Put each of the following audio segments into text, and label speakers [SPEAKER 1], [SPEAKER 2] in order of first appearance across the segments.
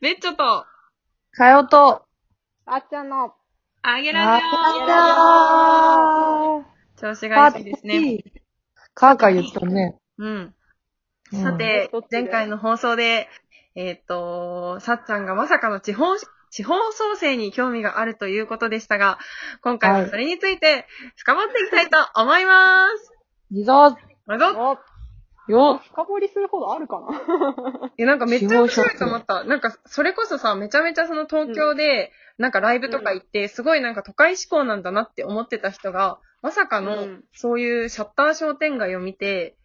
[SPEAKER 1] ベッチョと、
[SPEAKER 2] かよと、
[SPEAKER 3] あっちゃんの。
[SPEAKER 1] あげ
[SPEAKER 2] あ
[SPEAKER 1] ら
[SPEAKER 2] ー
[SPEAKER 1] じょ調子がいいですね。
[SPEAKER 2] カーカー言ってたね。
[SPEAKER 1] うん。
[SPEAKER 2] うん
[SPEAKER 1] さて
[SPEAKER 3] うん、
[SPEAKER 1] 前回の放送で、えーっと、さっちゃんがまさかの地方、地方創生に興味があるということでしたが、今回はそれについて深まっていきたいと思います。
[SPEAKER 2] いざ、
[SPEAKER 1] どうぞ
[SPEAKER 3] お
[SPEAKER 2] よ、
[SPEAKER 3] 深掘りするほどあるかな
[SPEAKER 1] いや、なんかめっちゃ面白いと思った。なんか、それこそさ、めちゃめちゃその東京で、なんかライブとか行って、すごいなんか都会志向なんだなって思ってた人が、まさかの
[SPEAKER 3] うん、
[SPEAKER 1] そういうシャッター商店街を見て、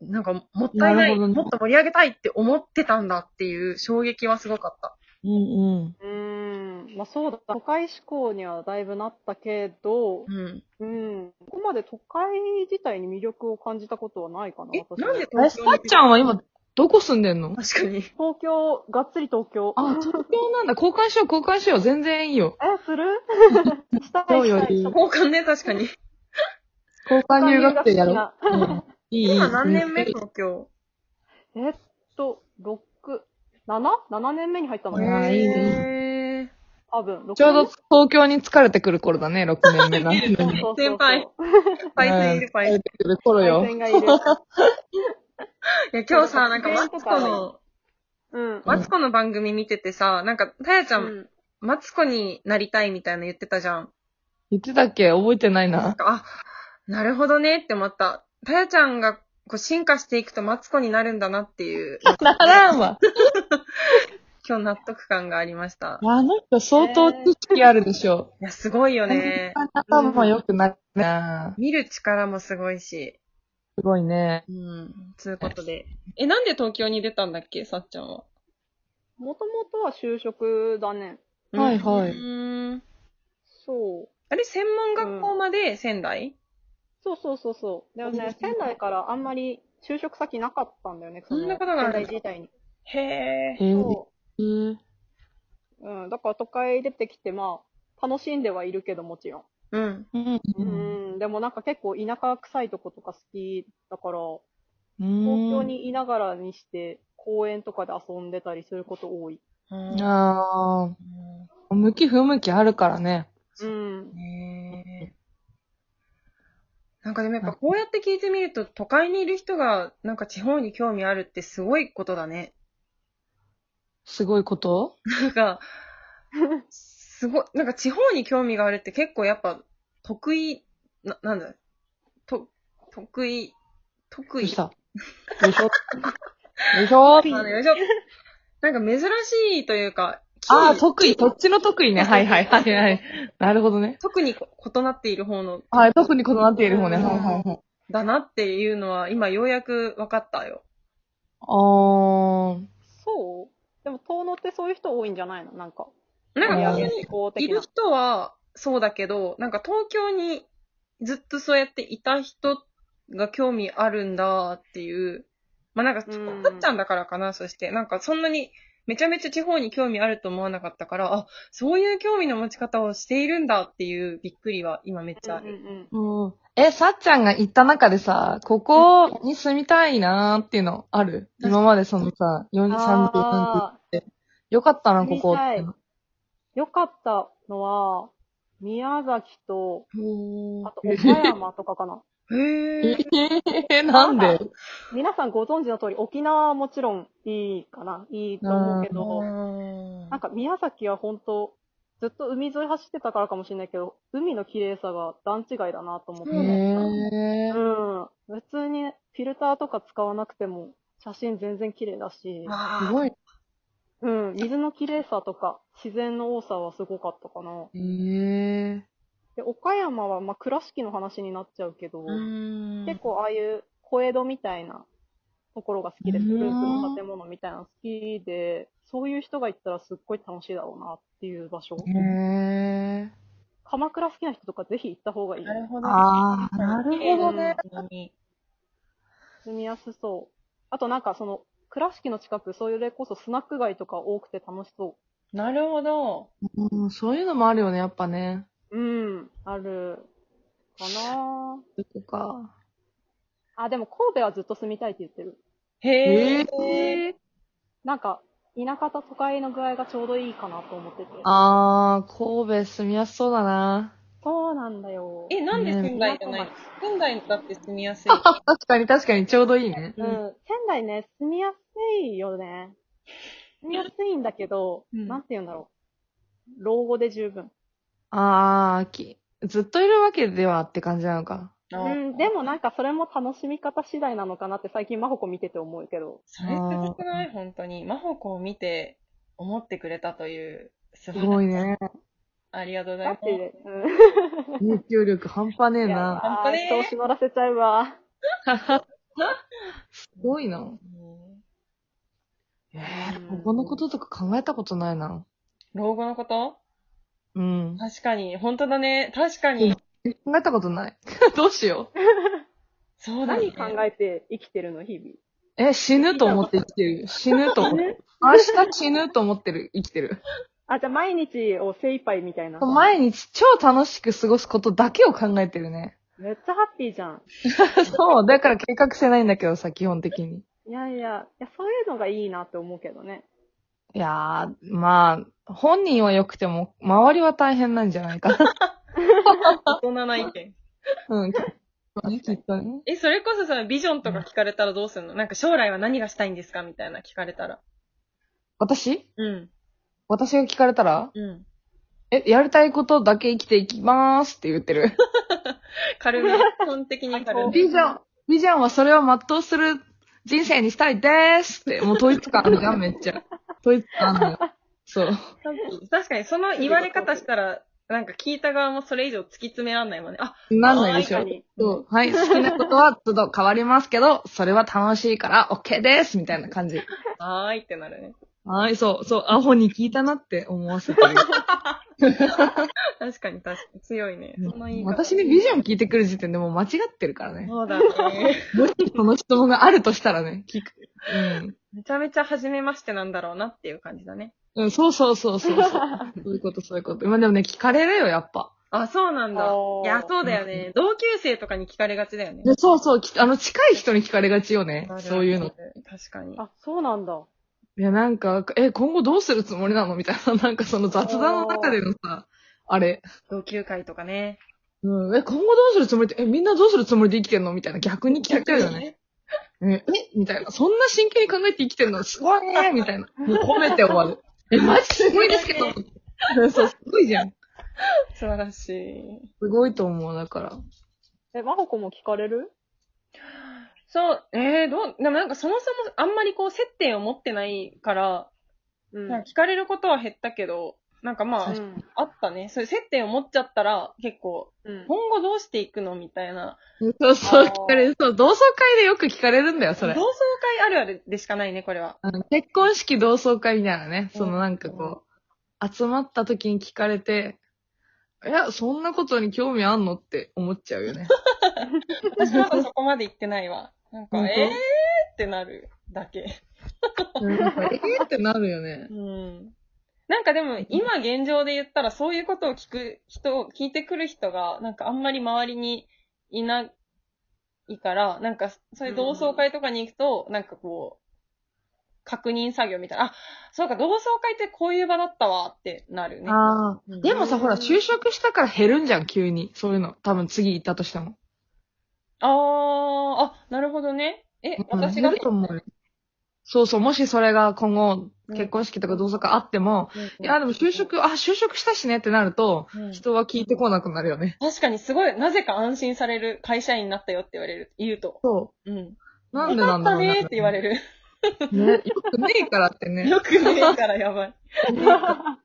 [SPEAKER 1] なんか、もったいな
[SPEAKER 2] ないるほどね
[SPEAKER 1] もっと盛り上げたいって思ってたんだっていう衝撃はすごかった。
[SPEAKER 2] うん
[SPEAKER 3] うーん。まあそうだ。都会志向にはだいぶなったけ
[SPEAKER 1] う
[SPEAKER 3] ど、
[SPEAKER 1] ん。
[SPEAKER 3] うん。ここまで都会自体に魅力を感じたことはないかな。
[SPEAKER 1] え、
[SPEAKER 3] 私
[SPEAKER 1] なんで
[SPEAKER 2] うん。え、
[SPEAKER 1] 東
[SPEAKER 2] さ
[SPEAKER 1] 京
[SPEAKER 2] っちゃんは今、どこ住んでんの
[SPEAKER 1] 確かに。
[SPEAKER 3] 東京、がっつり東京。
[SPEAKER 2] あ、東京なんだ。交換しよう、交換しよう。全然いいよ。
[SPEAKER 3] え、 するしたい
[SPEAKER 2] そうよ
[SPEAKER 3] したいしたい
[SPEAKER 1] 交換ね、確かに。
[SPEAKER 2] 交換留学生やろ。うんいい、いい。
[SPEAKER 1] 今何年目
[SPEAKER 2] うん
[SPEAKER 1] 東京。
[SPEAKER 3] えっと、6、7?7 年目に入ったの
[SPEAKER 2] いや
[SPEAKER 3] ね。
[SPEAKER 2] ーいい
[SPEAKER 1] ね。
[SPEAKER 3] 多分、6
[SPEAKER 2] ちょうど東京に疲れてくる頃だね、6年目が。
[SPEAKER 3] そうそうそう
[SPEAKER 1] 先輩。パイセンいるパイ
[SPEAKER 2] うん
[SPEAKER 1] セン
[SPEAKER 2] 疲れ。てくる頃
[SPEAKER 3] 対
[SPEAKER 2] よ。
[SPEAKER 3] 戦がいる。
[SPEAKER 1] いや、今日さ、なんかマツコの、
[SPEAKER 3] うん。
[SPEAKER 1] マツコの番組見ててさ、なんか、たやちゃ、
[SPEAKER 3] うんん
[SPEAKER 1] マツコになりたいみたいな言ってたじゃん。
[SPEAKER 2] 言ってたっけ覚えてない
[SPEAKER 1] なん
[SPEAKER 2] な。
[SPEAKER 1] か、あ、なるほどねって思った。たやちゃんが、こう、進化していくとマツコになるんだなっていう、
[SPEAKER 2] ならんわ。
[SPEAKER 1] 今日納得感がありました。い
[SPEAKER 2] あの人相当知識あるでしょ。
[SPEAKER 1] や、すごいよね。
[SPEAKER 2] 頭良くなったな。
[SPEAKER 1] 見る力もすごいし。
[SPEAKER 2] すごいね。
[SPEAKER 1] うん。つうことで。え、なんで東京に出たんだっけさっちゃんは。
[SPEAKER 3] もともとは就職だね。
[SPEAKER 2] はいはい
[SPEAKER 1] うん。
[SPEAKER 3] そう。
[SPEAKER 1] あれ、専門学校まで仙台、
[SPEAKER 3] そうそうそうそう。でも
[SPEAKER 1] うん
[SPEAKER 3] ね、仙台からあんまり就職先なかったんだよね、の
[SPEAKER 1] そんなことがある
[SPEAKER 3] 仙台自体に。
[SPEAKER 1] へ
[SPEAKER 2] へ
[SPEAKER 1] え。
[SPEAKER 2] え
[SPEAKER 3] そ
[SPEAKER 2] ー。
[SPEAKER 3] う。うん。だから都会出てきて、まあ、楽しんではいるけどもちろん。
[SPEAKER 1] うん。
[SPEAKER 2] うん。
[SPEAKER 3] うん。でもなんか結構田舎臭いとことか好きだから、東
[SPEAKER 2] 東
[SPEAKER 3] 京。にいながらにして、公園とかで遊んでたりすること多い。
[SPEAKER 1] あ
[SPEAKER 2] ああ、向き不向きあるからね。
[SPEAKER 3] うん。
[SPEAKER 1] ねえ なんかでもやっぱこうやって聞いてみると、都会にいる人がなんか地方に興味あるってすごいことだね。
[SPEAKER 2] すごいこと
[SPEAKER 1] なんか、すごい、なんか地方に興味があるって結構やっぱ得意、な、なんだ、と、得意、
[SPEAKER 2] ど
[SPEAKER 1] 得
[SPEAKER 2] う
[SPEAKER 1] 意。
[SPEAKER 2] したでしょでしょ
[SPEAKER 1] あのよい しょなんか珍しいというか、
[SPEAKER 2] ああ、
[SPEAKER 1] 特
[SPEAKER 2] 得意、そっちの得意ね。はいはいはいはい。なるほどね。
[SPEAKER 1] 特に異なっている方の
[SPEAKER 2] はい、特に異なっている方ね。
[SPEAKER 3] うん
[SPEAKER 2] はいはいはい。
[SPEAKER 1] だなっていうのは今ようやく分かったよ。
[SPEAKER 2] あー、
[SPEAKER 3] そうでも、遠野ってそういう人多いんじゃないのなんか。
[SPEAKER 1] なんか
[SPEAKER 2] いや
[SPEAKER 1] 逆に
[SPEAKER 3] 思考
[SPEAKER 1] い
[SPEAKER 3] 的
[SPEAKER 1] る
[SPEAKER 3] な。
[SPEAKER 1] 人はそうだけど、なんか東京にずっとそうやっていた人が興味あるんだっていう。まあなんか、た
[SPEAKER 3] うん
[SPEAKER 1] っちゃんだからかな、そして。なんかそんなにめちゃめちゃ地方に興味あると思わなかったから、あ、そういう興味の持ち方をしているんだっていうびっくりは今めっちゃあ
[SPEAKER 3] うんう
[SPEAKER 1] る。
[SPEAKER 3] んうん
[SPEAKER 2] うん。え、さっちゃんが行った中でさ、ここに住みたいなーっていうのある
[SPEAKER 1] うん
[SPEAKER 2] 今までそのさ、4、30、40。
[SPEAKER 3] あ
[SPEAKER 2] よかったな、ここっ
[SPEAKER 3] 住
[SPEAKER 2] て
[SPEAKER 3] みた。ーよかったのは、宮崎と、あと岡山とかかな。
[SPEAKER 1] へえ。
[SPEAKER 2] えー、 なんで
[SPEAKER 3] 皆さんご存知の通り、沖縄はもちろんいいかな。いいと思うけど、なんか宮崎は本当ずっと海沿い走ってたからかもしれないけど、海の綺麗さが段違いだなと思って。
[SPEAKER 1] そう
[SPEAKER 2] へー。
[SPEAKER 3] うん。普通にフィルターとか使わなくても、写真全然綺麗だし、
[SPEAKER 1] あー
[SPEAKER 2] すごい。
[SPEAKER 3] うん。水の綺麗さとか、自然の多さはすごかったかな。
[SPEAKER 2] へー。
[SPEAKER 3] で、岡山は、まあ、倉敷の話になっちゃうけど、
[SPEAKER 1] うん
[SPEAKER 3] 結構ああいう小江戸みたいなところが好きで、
[SPEAKER 2] うん
[SPEAKER 3] 古くの建物みたいなの好きで、そういう人が行ったらすっごい楽しいだろうなっていう場所。
[SPEAKER 2] へー。
[SPEAKER 3] 鎌倉好きな人とかぜひ行った方がいい。
[SPEAKER 1] なるほど。
[SPEAKER 2] あー、なるほどね。
[SPEAKER 1] ね。
[SPEAKER 3] 住みやすそう。あとなんかその、倉敷の近く、それこそスナック街とか多くて楽しそ
[SPEAKER 1] なるほど。
[SPEAKER 2] うん、そういうのもあるよね、やっぱね。
[SPEAKER 3] う。うん、ある。かな
[SPEAKER 2] どこか。
[SPEAKER 3] あ、でも神戸はずっと住みたいって言ってる。
[SPEAKER 1] へ
[SPEAKER 2] え
[SPEAKER 1] え。
[SPEAKER 3] なんか、田舎と都会の具合がちょうどいいかなと思ってて。
[SPEAKER 2] あー、神戸住みやすそうだな。
[SPEAKER 3] そうなんだよ。
[SPEAKER 1] え、なんで仙台じゃない、
[SPEAKER 3] ね
[SPEAKER 1] 仙台だって住みやすい。
[SPEAKER 2] 確かに確かにちょうどいいね。
[SPEAKER 3] うん。仙台ね、住みやすいよね。住みやすいんだけど、
[SPEAKER 1] うん
[SPEAKER 3] なんて言うんだろう。老後で十分。
[SPEAKER 2] あー、きずっといるわけではって感じなのか。
[SPEAKER 1] う
[SPEAKER 3] うん、で、もなんかそれも楽しみ方次第なのかなって最近マホコ見てて思うけど。
[SPEAKER 1] それすごくない本当に。真帆子を見て、思ってくれたという、す
[SPEAKER 2] すごい。ね。
[SPEAKER 1] ありがとうござい
[SPEAKER 3] だっ
[SPEAKER 1] ます。
[SPEAKER 3] て、うん。
[SPEAKER 2] 影響力半端ねえ
[SPEAKER 3] いや
[SPEAKER 2] な。
[SPEAKER 1] 本当ね
[SPEAKER 3] あー調子乗らせちゃうわ。
[SPEAKER 2] すごいな。
[SPEAKER 1] うん
[SPEAKER 2] えー、ここのこととか考えたことないな。
[SPEAKER 1] 老後のこと
[SPEAKER 2] うん。
[SPEAKER 1] 確かに。本当だね。確かに。
[SPEAKER 2] 考えたことない。 どうしよう。
[SPEAKER 1] そうだね
[SPEAKER 3] 何。考えて生きてるの、日々。
[SPEAKER 2] え、死ぬと思って生きてる。死ぬと思ってる。明日死ぬと思ってる。生きてる。
[SPEAKER 3] あ、じゃあ毎日を精一杯みたいな。
[SPEAKER 2] 毎日超楽しく過ごすことだけを考えてるね。
[SPEAKER 3] めっちゃハッピーじゃん。
[SPEAKER 2] そう。だから計画性ないんだけどさ、基本的に。
[SPEAKER 3] いやいや、いやそういうのがいいなって思うけどね。
[SPEAKER 2] いやー、まあ、本人は良くても、周りは大変なんじゃないかな。
[SPEAKER 1] 大人な意見。
[SPEAKER 2] うん。きっとねきっとね。
[SPEAKER 1] え、それこそさ、ビジョンとか聞かれたらどうするのなんか将来は何がしたいんですかみたいな聞かれたら。
[SPEAKER 2] 私
[SPEAKER 1] うん。
[SPEAKER 2] 私が聞かれたら、
[SPEAKER 1] うん。
[SPEAKER 2] え、やりたいことだけ生きていきまーすって言ってる。
[SPEAKER 1] 軽 め。基本的に軽め。
[SPEAKER 2] ビジョン、ビジョンはそれを全うする人生にしたいでーすって、もう統一感あるじゃん、めっちゃ。統一感あるのよ。そう。
[SPEAKER 1] 確かに、その言われ方したら、なんか聞いた側もそれ以上突き詰めらんないもんね。あ、
[SPEAKER 2] なんないでし
[SPEAKER 3] 確
[SPEAKER 2] ょ
[SPEAKER 3] か。に
[SPEAKER 2] そう。はい、好きなことはちょっと変わりますけど、それは楽しいから OK ですみたいな感じ。
[SPEAKER 1] はーいってなるね。
[SPEAKER 2] はい、そう、そう、アホに聞いたなって思わせてる。
[SPEAKER 1] 確かに確かに。強いね。その言い方。
[SPEAKER 2] 私にビジョン聞いてくる時点でもう間違ってるからね。
[SPEAKER 1] そうだね。
[SPEAKER 2] その質問があるとしたらね、聞く。うん。
[SPEAKER 1] めちゃめちゃ初めましてなんだろうなっていう感じだね。
[SPEAKER 2] うん、そうそうそうそうそう。そういうこと、そういうこと。まあでもね、聞かれるよ、やっぱ。
[SPEAKER 1] あ、そうなんだ。
[SPEAKER 3] おー
[SPEAKER 1] いや、そうだよね。同級生とかに聞かれがちだよね
[SPEAKER 2] で。そうそう、きあの、近い人に聞かれがちよね。そういうの。い。
[SPEAKER 1] 確かに。
[SPEAKER 3] あ、そうなんだ。
[SPEAKER 2] や、なんか、え、今後どうするつもりなのみたいな、 なんかその雑談の中でのさ、あれ。
[SPEAKER 1] 同級会とかね。
[SPEAKER 2] うん、え、今後どうするつもりって、え、みんなどうするつもりで生きてんのみたいな、逆に聞かれちゃうよね。。え、えみたいな。そんな真剣に考えて生きてるのすごいねみたいな。もう褒めて終わる。 え、マジすごいですけど。 そう、すごいじゃん。
[SPEAKER 1] 素晴らしい。
[SPEAKER 2] すごいと思う、だから。
[SPEAKER 3] え、マホコも聞かれる
[SPEAKER 1] そう、えー、どう、でもなんかそもそもあんまりこう接点を持ってないから、
[SPEAKER 3] うん。
[SPEAKER 1] なんか聞かれることは減ったけど、なんかまあ、
[SPEAKER 3] うん
[SPEAKER 1] あったね。そういう接点を持っちゃったら、結構、
[SPEAKER 3] うん
[SPEAKER 1] 今後どうしていくのみたいな。
[SPEAKER 2] そうそう、
[SPEAKER 3] あー
[SPEAKER 2] 聞かれる。そう、同窓会でよく聞かれるんだよ、そ
[SPEAKER 1] 同
[SPEAKER 2] れ。
[SPEAKER 1] 窓会あるあるでしかないね、これ は。
[SPEAKER 2] あの結婚式同窓会みたいなね、
[SPEAKER 1] うん
[SPEAKER 2] そのなんかこう、集まった時に聞かれて、いや、そんなことに興味あんのって思っちゃう よね。
[SPEAKER 1] 私まだそこまで行ってないわ。なんか、
[SPEAKER 2] 本当
[SPEAKER 1] えーってなるだけ。
[SPEAKER 2] うんなんかえーってなるよね
[SPEAKER 1] う。ん。なんかでも、今現状で言ったら、そういうことを聞く人を、聞いてくる人が、なんかあんまり周りにいないから、なんか、そういう同窓会とかに行くと、なんかこう、確認作業みたいな、あ、そうか、同窓会ってこういう場だったわってなるね。
[SPEAKER 2] あ
[SPEAKER 1] うん
[SPEAKER 2] あ。でもさ、ほら、就職したから減るんじゃん、急に。そういうの。多分次行ったとしても。
[SPEAKER 1] あー、あ、なるほどね。え、私
[SPEAKER 2] う
[SPEAKER 1] が
[SPEAKER 2] ん減ると思うよ。そうそう、もしそれが今後、結婚式とか同窓会あっても、いや、でも就職、あ、就職したしねってなると、
[SPEAKER 1] うん
[SPEAKER 2] 人は聞いてこなくなるよね。
[SPEAKER 1] 確かにすごい、なぜか安心される会社員になったよって言われる、言うと。
[SPEAKER 2] そ
[SPEAKER 1] うん。
[SPEAKER 2] う。なんでなんだろう
[SPEAKER 1] よかったねーって言われる。
[SPEAKER 2] ね、よくねえからってね。
[SPEAKER 1] よくねえからやばい。確か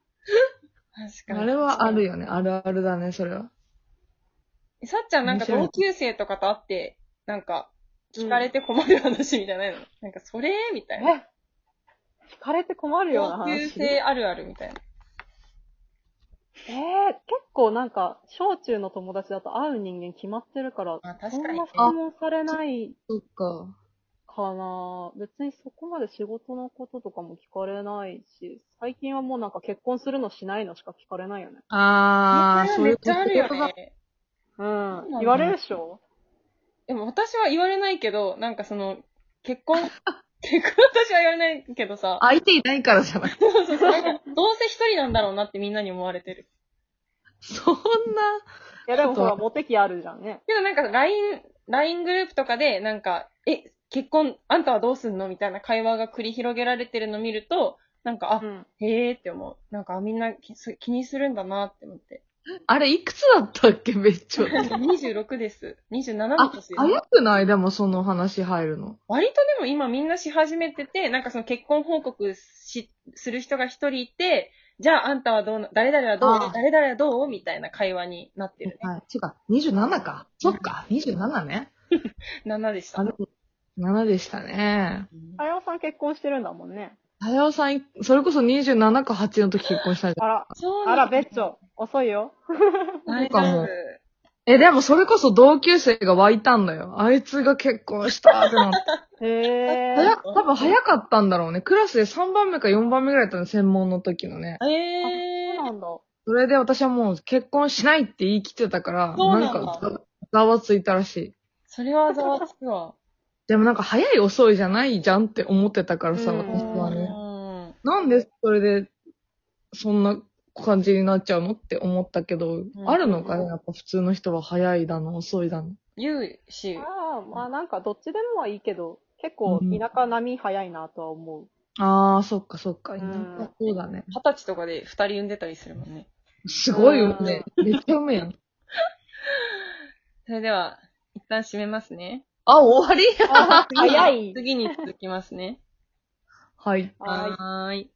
[SPEAKER 1] に。
[SPEAKER 2] あれはあるよね。あるあるだね、それは。
[SPEAKER 1] さっちゃんなんか
[SPEAKER 2] 面白い
[SPEAKER 1] 同級生とかと会って、なんか、聞かれて困る話みたいなの、なんか、それみたい な。
[SPEAKER 3] え聞かれて困るような
[SPEAKER 1] 同級
[SPEAKER 3] 話。
[SPEAKER 1] 生あるあるみたいな。
[SPEAKER 3] えー、結構なんか、小中の友達だと会う人間決まってるから、
[SPEAKER 1] あ、確
[SPEAKER 3] そん
[SPEAKER 1] かに
[SPEAKER 3] な。質問されない
[SPEAKER 2] そっか。
[SPEAKER 3] かな別にそこまで仕事のこととかも聞かれないし、最近はもうなんか結婚するのしないのしか聞かれないよね。
[SPEAKER 2] あー、そう
[SPEAKER 1] め
[SPEAKER 2] い
[SPEAKER 1] っ
[SPEAKER 2] う
[SPEAKER 1] ちゃあるよ
[SPEAKER 2] ことだ
[SPEAKER 1] ね。
[SPEAKER 3] う
[SPEAKER 1] うなんだ
[SPEAKER 3] ん。言われるでしょ
[SPEAKER 1] でも私は言われないけど、なんかその、結婚 結婚私はやれないけどさ、
[SPEAKER 2] 相手いないからじゃない。
[SPEAKER 1] そうそうなんかどうせ一人なんだろうなってみんなに思われてる。
[SPEAKER 2] そんな、
[SPEAKER 3] いやでもほら、モテ期あるじゃんね。
[SPEAKER 1] けどなんか LINE、LINE グループとかで、なんか、え、結婚、あんたはどうすんのみたいな会話が繰り広げられてるの見ると、なんか、あ、
[SPEAKER 3] うん。
[SPEAKER 1] へえーって思う。なんか、あみんな気す気にするんだなって思 って。
[SPEAKER 2] あれいくつだったっけ、めっ ちゃ。
[SPEAKER 1] 26です。27の
[SPEAKER 2] あ
[SPEAKER 1] 年、です。
[SPEAKER 2] 早くないでもその話入るの。
[SPEAKER 1] 割とでも今みんなし始めてて、なんかその結婚報告し、する人が一人いて、じゃああんたはどうな、誰々はど
[SPEAKER 2] あ
[SPEAKER 1] う
[SPEAKER 2] あ
[SPEAKER 1] 誰々はどうみたいな会話になってる
[SPEAKER 2] はい。違う、27か。そっか、27ね。
[SPEAKER 1] ね。7でした。
[SPEAKER 2] あの7でしたね。
[SPEAKER 3] あやおさん結婚してるんだもんね。
[SPEAKER 2] 早尾さん、それこそ27か8の時結婚したじゃん。
[SPEAKER 3] あら、
[SPEAKER 1] そう
[SPEAKER 3] あ
[SPEAKER 1] な
[SPEAKER 3] ら、
[SPEAKER 1] ん
[SPEAKER 3] ベ
[SPEAKER 1] だ
[SPEAKER 3] ッチョ、遅いよ。
[SPEAKER 1] 大
[SPEAKER 2] そうか
[SPEAKER 1] 丈夫
[SPEAKER 2] も。え、でもそれこそ同級生が湧いたんだよ。あいつが結婚したってなって。
[SPEAKER 3] へえ。
[SPEAKER 2] 早、多分早かったんだろうね。クラスで3番目か4番目ぐらいだったの、専門の時のね。
[SPEAKER 1] え
[SPEAKER 3] そう
[SPEAKER 1] ー
[SPEAKER 3] な。んだ。
[SPEAKER 2] それで私はもう結婚しないって言い切ってたから、
[SPEAKER 1] そう
[SPEAKER 2] な
[SPEAKER 1] なんんだ
[SPEAKER 2] かざわついたらしい。
[SPEAKER 1] それはざわつくわ。
[SPEAKER 2] でもなんか早い遅いじゃないじゃんって思ってたからさ、
[SPEAKER 3] うん
[SPEAKER 2] 私は
[SPEAKER 1] う
[SPEAKER 2] ね。
[SPEAKER 1] ん。
[SPEAKER 2] なんでそれで、そんな感じになっちゃうのって思ったけど、
[SPEAKER 1] ん
[SPEAKER 2] あるのかねやっぱ普通の人は早いだの、遅いだの。
[SPEAKER 1] 言うし、
[SPEAKER 3] ああ、まあなんかどっちでもはいいけど、結構田舎並み早いなとは思う。
[SPEAKER 2] あー、そっかそっか。
[SPEAKER 3] うん
[SPEAKER 2] そうだね。
[SPEAKER 1] 二十歳とかで二人産んでたりするもんね。
[SPEAKER 2] すごいよね。めっちゃうめえやん。
[SPEAKER 1] それでは、一旦締めますね。
[SPEAKER 2] あ、終わりや。
[SPEAKER 3] あ早い。
[SPEAKER 1] 次に続きますね。
[SPEAKER 2] はい。
[SPEAKER 3] はい。
[SPEAKER 1] はーい。